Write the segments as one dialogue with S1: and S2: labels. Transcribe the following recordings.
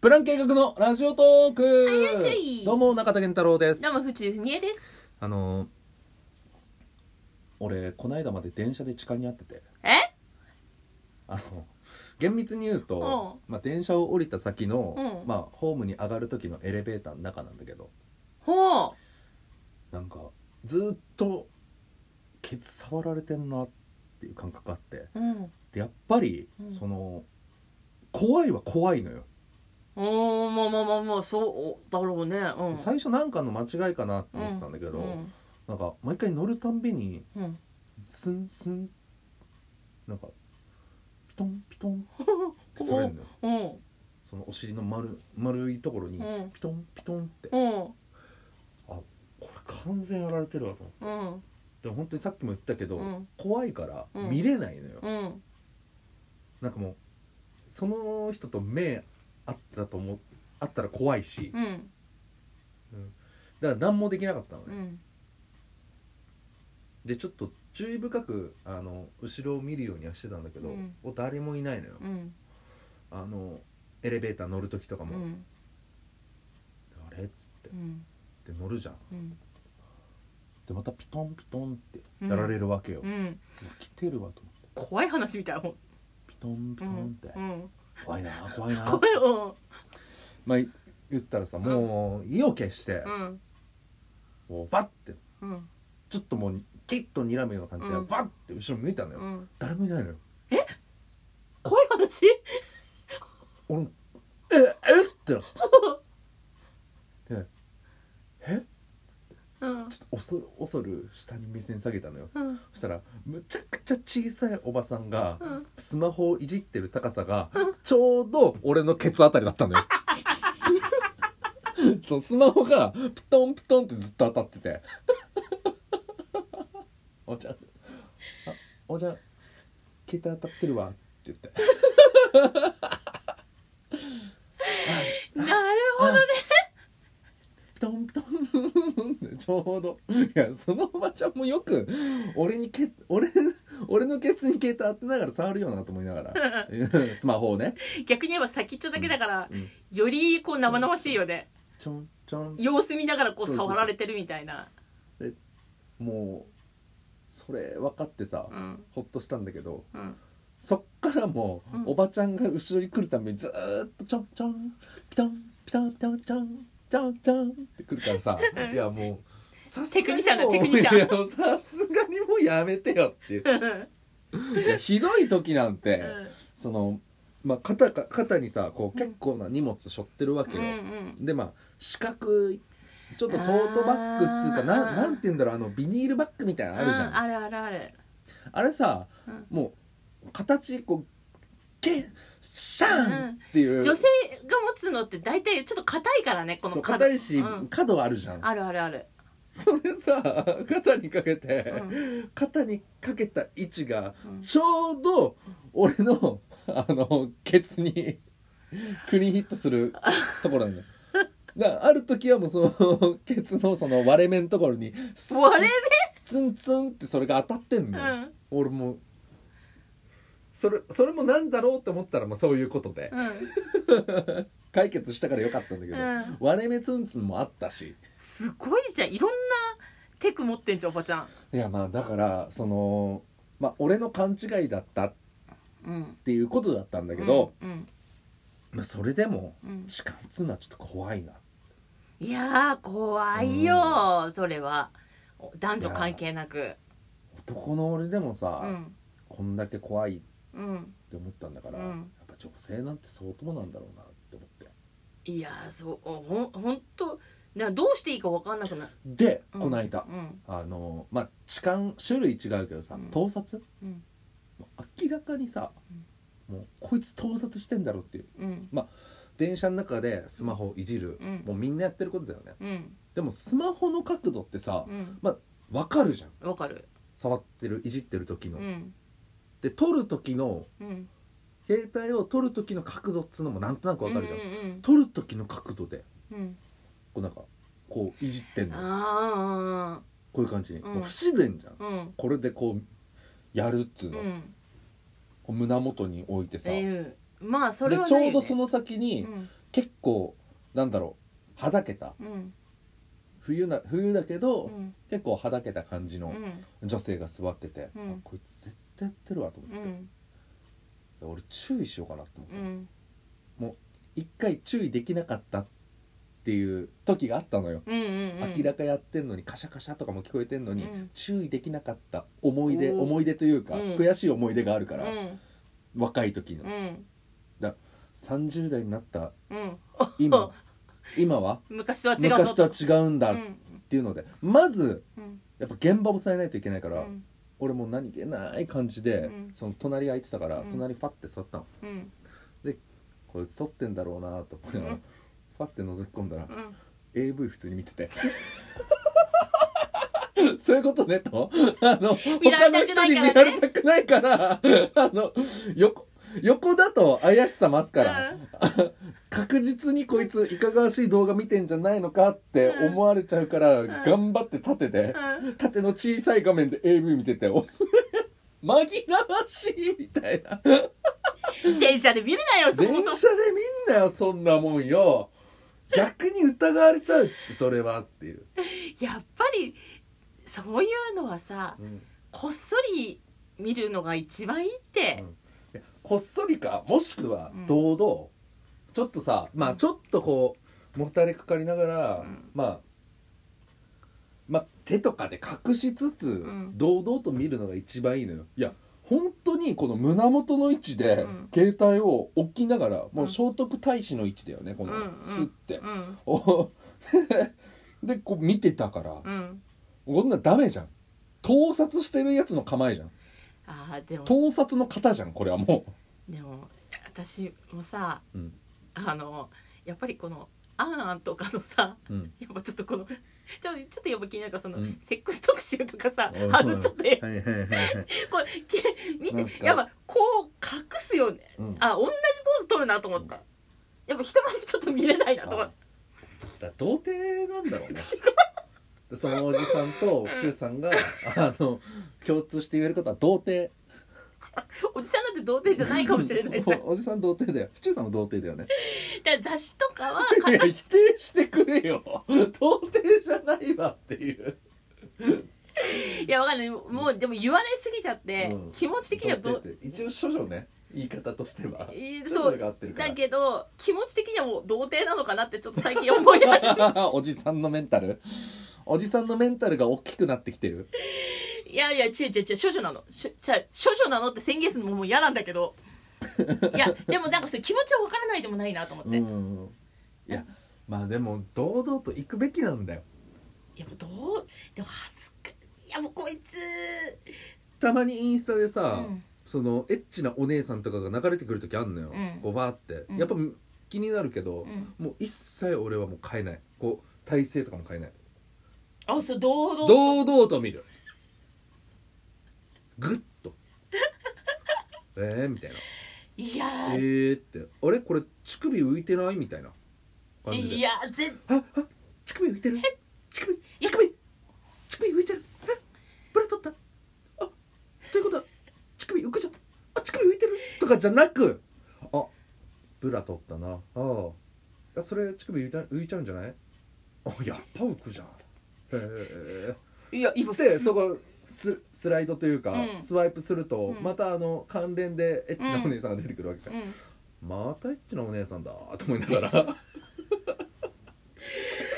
S1: プラン計画のラジオトーク
S2: 怪しい
S1: どうも中田健太郎です
S2: どうも、府中ふみえです。
S1: あのー俺この間まで電車で痴漢に遭ってて
S2: え
S1: あの厳密に言うと、まあ、電車を降りた先の、
S2: うん
S1: まあ、ホームに上がる時のエレベーターの中なんだけど
S2: ほう。
S1: なんかずっとケツ触られてんなっていう感覚あって
S2: うん。
S1: でやっぱり、
S2: うん
S1: その怖いは怖いのよ、
S2: おー、まあまあまあまあ、そうだろうね。うん。
S1: 最初なんかの間違いかなと思ってたんだけど、
S2: うん。
S1: なんか毎回乗るたんびに
S2: うん。
S1: スンスンなんかピトンピト ンってされるのよ
S2: うん。
S1: そのお尻の丸丸いところに
S2: うん
S1: ピトンピトンって
S2: うん。
S1: これ完全やられてるわと思って
S2: うん。
S1: でも本当にさっきも言ったけど、
S2: うん
S1: 怖いから
S2: うん
S1: 見れないのよ、
S2: うん。
S1: なんかもうその人と目あったと思うあったら怖いし
S2: うん。
S1: だから何もできなかったの
S2: う
S1: ね、
S2: ん。
S1: でちょっと注意深くあの後ろを見るようにはしてたんだけど、
S2: うん
S1: お誰もいないのよ、
S2: うん。
S1: あのエレベーター乗る時とか
S2: う
S1: も、
S2: ん。
S1: あれっつって
S2: うん。
S1: で乗るじゃん
S2: うん。
S1: でまたピトンピトンってやられるわけよ、
S2: うん。
S1: 来てるわと思って
S2: 怖い話みたいなもん。
S1: ピトンピ
S2: う
S1: トン
S2: ん
S1: って、。
S2: うん。
S1: 怖いな怖いな
S2: 怖いよ。
S1: まあ言ったらさもう意を決して、
S2: うん。
S1: もうバッて
S2: うん。
S1: ちょっともうキッと睨むような感じで、
S2: うん
S1: バッて後ろ向いたのよ、
S2: うん。
S1: 誰もいないのよ
S2: 怖い話
S1: 俺もええってなってでえ
S2: うん。
S1: ちょっと恐る恐る下に目線下げたのよ
S2: うん。
S1: そしたらむちゃくちゃ小さいおばさんが
S2: うん
S1: スマホをいじってる高さがちょうど俺のケツあたりだったのよ そうスマホがプトンプトンってずっと当たってて おじゃんあおじゃん携帯当たってるわって言って
S2: なるほど。
S1: ピトンピトン ちょうどいやそのおばちゃんもよく俺にけ俺俺のケツに携帯当てながら触るよなと思いながら スマホをね
S2: 逆に言えば先っちょだけだから
S1: うん、
S2: よりこう生々しいよね。
S1: ちょんちょん
S2: 様子見ながらこ
S1: そううそうそう
S2: 触られてるみたいな。
S1: もうそれ分かってさ、
S2: うん。
S1: ほっとしたんだけど
S2: うん。
S1: そっからもう、
S2: うん
S1: おばちゃんが後ろに来るためにずーっとちょんちょんピトンピトンピトンちょんちょんちょんって来るからさ
S2: うん
S1: いやもうさすが
S2: テクニシャンだ
S1: もう
S2: テクニシャン
S1: いやもうさすがにもうやめてよっていう
S2: うん
S1: いやひどい時なんて、
S2: うん
S1: その、まあ、肩か肩にさこう結構な荷物背負ってるわけ
S2: う
S1: よ、
S2: ん
S1: でまあ四角いちょっとトートバッグっつうかな
S2: あー
S1: なんて言うんだろうあのビニールバッグみたいなのあるじゃん、
S2: う
S1: あ
S2: あるあるある
S1: れさ、
S2: うん
S1: もう形こうゲンシャンっていう、
S2: 女性が持つのって大体ちょっと硬いからねこ
S1: そ
S2: の
S1: う硬いし、
S2: うん
S1: 角あるじゃん
S2: あるあるある
S1: それさ肩にかけて、
S2: うん
S1: 肩にかけた位置が
S2: うん
S1: ちょうど俺のあのケツにクリーンヒットするところなんだよだからある時はもうそのケツのその割れ目のところに
S2: 割れ
S1: ツンツンってそれが当たってん
S2: 目
S1: のよ、俺もうそれそれもなんだろうって思ったらまあそういうことで
S2: うん、
S1: 解決したからよかったんだけど、
S2: うんうん、
S1: 割れ目ツンツンもあったし
S2: すごいじゃんいろんなテク持ってんじゃんおばちゃん
S1: いやまあだからそのまあ俺の勘違いだったっ
S2: うん
S1: ていうことだったんだけど、
S2: うん
S1: まあそれでも
S2: うん、うん
S1: 痴漢っつうのはちょっと怖いない
S2: やー怖いよそれは男女関係なく
S1: 男の俺でもさ、
S2: うん
S1: こんだけ怖いっ
S2: うん
S1: て思ったんだから、
S2: うん
S1: やっぱ女性なんて相当なんだろうなって思って
S2: いやーそうほんほんとなどうしていいか分かんなくなる、
S1: で、
S2: うん、
S1: この間
S2: うん
S1: あのまあ痴漢種類違うけどさ、
S2: うん
S1: 盗撮
S2: うん
S1: もう明らかにさ、もうこいつ盗撮してんだろっていう
S2: うん
S1: 電車の中でスマホいじる、
S2: うん
S1: もうみんなやってることだよね
S2: うん
S1: でもスマホの角度ってさ
S2: うん
S1: わかるじゃん
S2: わかる
S1: 触ってるいじってる時の、
S2: うん
S1: で撮る時の
S2: うん
S1: 携帯を撮る時の角度っつうのもなんとなくわかるじゃん、
S2: うんうん
S1: 撮る時の角度で
S2: うんうん
S1: こうなんかこういじってんのよ
S2: あ
S1: こういう感じに、
S2: うん
S1: もう不自然じゃん
S2: あうん
S1: これでこうやるっつう
S2: う
S1: の、
S2: ん
S1: こう胸元に置いてさ、
S2: ええまあそれ
S1: で
S2: は
S1: ち
S2: ない
S1: ょう
S2: よね
S1: どその先に結構なんだろうはだけた
S2: うん
S1: 冬な冬だけど、
S2: うん
S1: 結構はだけた感じ
S2: う
S1: の
S2: ん
S1: 女性が座ってて、
S2: うん
S1: あこいつ絶対やってるわと思っ
S2: う
S1: て、
S2: ん
S1: 俺注意しようかなと思って、
S2: うん
S1: 一回注意できなかったっていう時があったのよ、
S2: うんうんうん
S1: 明らかやってんのにカシャカシャとかも聞こえてんのに、
S2: うん
S1: 注意できなかった思い出
S2: おー
S1: 思い出というか、
S2: うん
S1: 悔しい思い出があるから、
S2: うん
S1: 若い時の、
S2: うん
S1: 30代にな った
S2: うん
S1: 今今は
S2: 昔とは違う
S1: 昔と
S2: ぞ
S1: は違うんだ
S2: う
S1: っ
S2: ん
S1: ていうので、まず
S2: うん
S1: やっぱ現場をさえないといけないか
S2: う
S1: ら、
S2: ん
S1: 俺もう何気ない感じで、
S2: うん
S1: その隣空いてたから、
S2: うん
S1: 隣ファって座ったの
S2: うん
S1: これ撮ってんだろうなと思いながら、
S2: うん
S1: ファって覗き込んだら
S2: うん
S1: AV 普通に見て てそういうことねとあの
S2: 見ら
S1: 他の
S2: れた
S1: 人
S2: くない
S1: に
S2: からね
S1: 見られたくないからあの横横だと怪しさ増すから、
S2: うん
S1: 確実にこいついかがわしい動画見てんじゃないのかって思われちゃうから、
S2: ん
S1: 頑張って縦で、
S2: うん
S1: 縦の小さい画面で AV 見ててお 紛らわしいみたいな
S2: 電車で見るなよそ
S1: 電
S2: も
S1: 車で
S2: そも
S1: 見んなよそんなもんよ逆に疑われちゃうってそれはっていう、
S2: やっぱりそういうのはさ
S1: うん
S2: こっそり見るのが一番いいって
S1: こっそりかもしくは
S2: うん
S1: 堂々、ちょっとさまあちょっとこうもたれかかりながら、
S2: うん
S1: まあまあ手とかで隠しつつ、
S2: ん
S1: 堂々と見るのが一番いいのよいや本当にこの胸元の位置で、
S2: うん
S1: 携帯を置きながらもううん聖徳太子の位置だよねこの
S2: うんうん
S1: スッて、
S2: うん
S1: おでこう見てたから、
S2: うん
S1: こんなんダメじゃん盗撮してるやつの構えじゃん
S2: ああでも
S1: 盗撮の型じゃんこれはも
S2: でも私もさ
S1: ううん
S2: あのやっぱりこの「あんあん」とかのさ
S1: うん
S2: やっぱちょっとこのちょちょっとやっぱ気になるからその、
S1: うん
S2: セックス特集とかさ
S1: うん
S2: あのちょっ とえ
S1: はいはいはいはい
S2: これけ見
S1: なんす
S2: て
S1: か
S2: やっぱこう隠すよね
S1: うん
S2: あ同じポーズ取るなと思ったやっぱ人前でちょっと見れないなと思っ
S1: あだ童貞なんだろうね
S2: た
S1: でそのおじさんと府中さんがあの共通して言えることは童貞
S2: おじさんなんて童貞じゃないかもしれないしだか
S1: おおじさん童貞だよ府中さんも童貞だよね
S2: ら雑誌とかはい
S1: や
S2: 隠し
S1: 否定してくれよ童貞じゃないわっていう
S2: いやわかんないもうでも言われすぎちゃって、
S1: うん
S2: 気持ち的にはど
S1: 童貞って一応処女ね言い方としては
S2: えー
S1: そ
S2: そう
S1: れ
S2: う
S1: が合ってるから
S2: だけど気持ち的にはもう童貞なのかなってちょっと最近思いました
S1: おじさんのメンタルおじさんのメンタルが大きくなってきてる
S2: いやいや違う違う違う処女なのしょ違う処女なのって宣言するのももう嫌なんだけどいやでもなんかそれ気持ちは分からないでもないなと思って、
S1: んいやまあでも堂々と行くべきなんだよ
S2: いやもうどうでも恥ずかいやもうこいつ
S1: たまにインスタで
S2: う
S1: さ、
S2: ん
S1: そのエッチなお姉さんとかが流れてくる時あんのよ、
S2: うん
S1: こうバーって、
S2: うん
S1: やっぱ気になるけど、
S2: うん
S1: もう一切俺はもう変えないこう体勢とかも変えない
S2: あそう堂々と
S1: 堂々と見るグッ とえーみたいない
S2: や
S1: え
S2: ー、
S1: ーってあれこれ乳首浮いてないみたいな感じで
S2: いや絶
S1: あ、あ、乳首浮いてる。乳首、
S2: や
S1: 乳首、乳首浮いてる。え、ブラ取った。あ、ということは、乳首浮くじゃん。あ、乳首浮いてる。とかじゃなく、あ、ブラ取ったな。ああ。いやそれ乳首浮いた浮いちゃうんじゃないあ、やっぱ浮くじゃん。へえ。
S2: いや今
S1: で、そこ、ススライドというか、
S2: うん
S1: スワイプすると、
S2: うん
S1: またあの関連でエッチなお姉さんが出てくるわけじゃん、
S2: うん
S1: またエッチなお姉さんだと思いな がら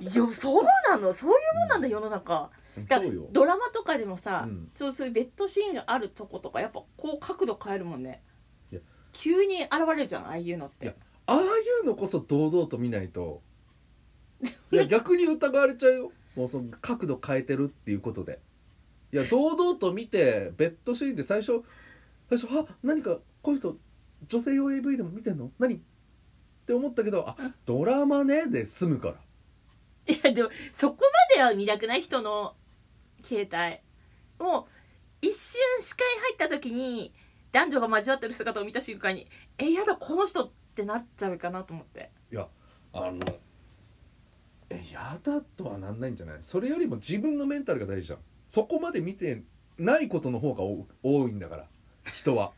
S2: いやそうなのそういうもんなんだ世の中だ
S1: そうよ
S2: ドラマとかでもさ、
S1: うん
S2: ちょっとそういうベッドシーンがあるとことかやっぱこう角度変えるもんね
S1: いや
S2: 急に現れるじゃんああいうのっ
S1: いや
S2: て
S1: ああいうのこそ堂々と見ないといや逆に疑われちゃうよもうその角度変えてるっていうことでいや堂々と見てベッドシーンで最初最初あ何かこの人女性用 AV でも見てんの何って思ったけどあドラマねで済むから
S2: いやでもそこまでは見たくない人の携帯もう一瞬視界入った時に男女が交わってる姿を見た瞬間に「えやだこの人」ってなっちゃうかなと思って
S1: いやあのえやだとはなんないんじゃないそれよりも自分のメンタルが大事じゃんそこまで見てないことの方が多多いんだから人は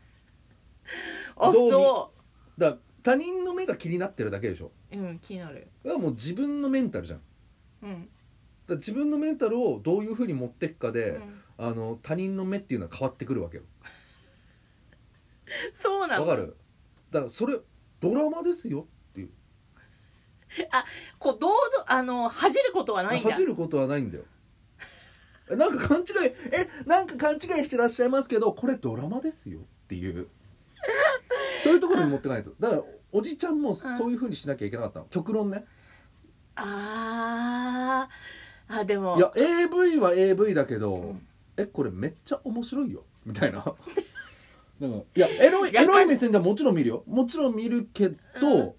S2: あ
S1: どう見
S2: そ
S1: だから他人の目が気になってるだけでしょ
S2: うん気になる
S1: だからもう自分のメンタルじゃんだか
S2: うん、
S1: ら自分のメンタルをどういうふうに持ってくかで、
S2: うん
S1: あの他人の目っていうのは変わってくるわけよ
S2: そうな
S1: わ
S2: の
S1: かるだからそれドラマですよっていう
S2: こう堂々あの恥じることはないんだ
S1: 恥じることはないんだよ えなんか勘違いえなんか勘違いしてらっしゃいますけどこれドラマですよっていうそういうところに持ってかないとだからおじちゃんもそういうふうにしなきゃいけなかったの極論ね
S2: あーあでも
S1: いや AV は AV だけど、
S2: うん
S1: えこれめっちゃ面白いよみたい なでもいやエロい
S2: や
S1: エロい目線ではもちろん見るよもちろん見るけど、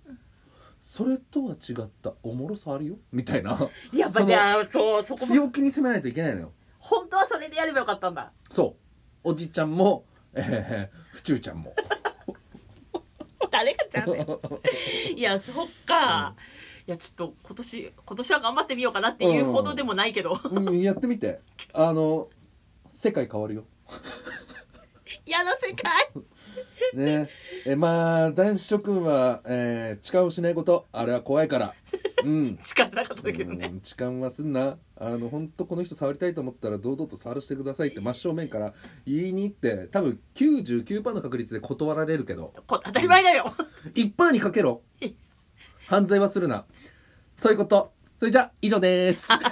S1: それとは違ったおもろさあるよみたいな
S2: やっぱじゃあそうそこも
S1: 強気に攻めないといけないのよ
S2: 本当はそれでやればよかったんだ
S1: そうおじちゃんも、えー、府中ちゃんも
S2: 誰がちゃんだよ いやそっか、いやちょっと今年今年は頑張ってみようかなっていうほどでもないけど、
S1: うんやってみてあの世界変わるよ
S2: 嫌な世界
S1: ねえまあ男子諸君は、えー、痴漢をしないことあれは怖いからうん
S2: しかなかったけど
S1: う
S2: ね
S1: ん、痴漢はすんなあの本当この人触りたいと思ったら堂々と触らせてくださいって真正面から言いに行って多分99%の確率で断られるけど
S2: こ当たり前だよ
S1: 1%にかけろ犯罪はするなそういうことそれじゃあ以上です
S2: なんだ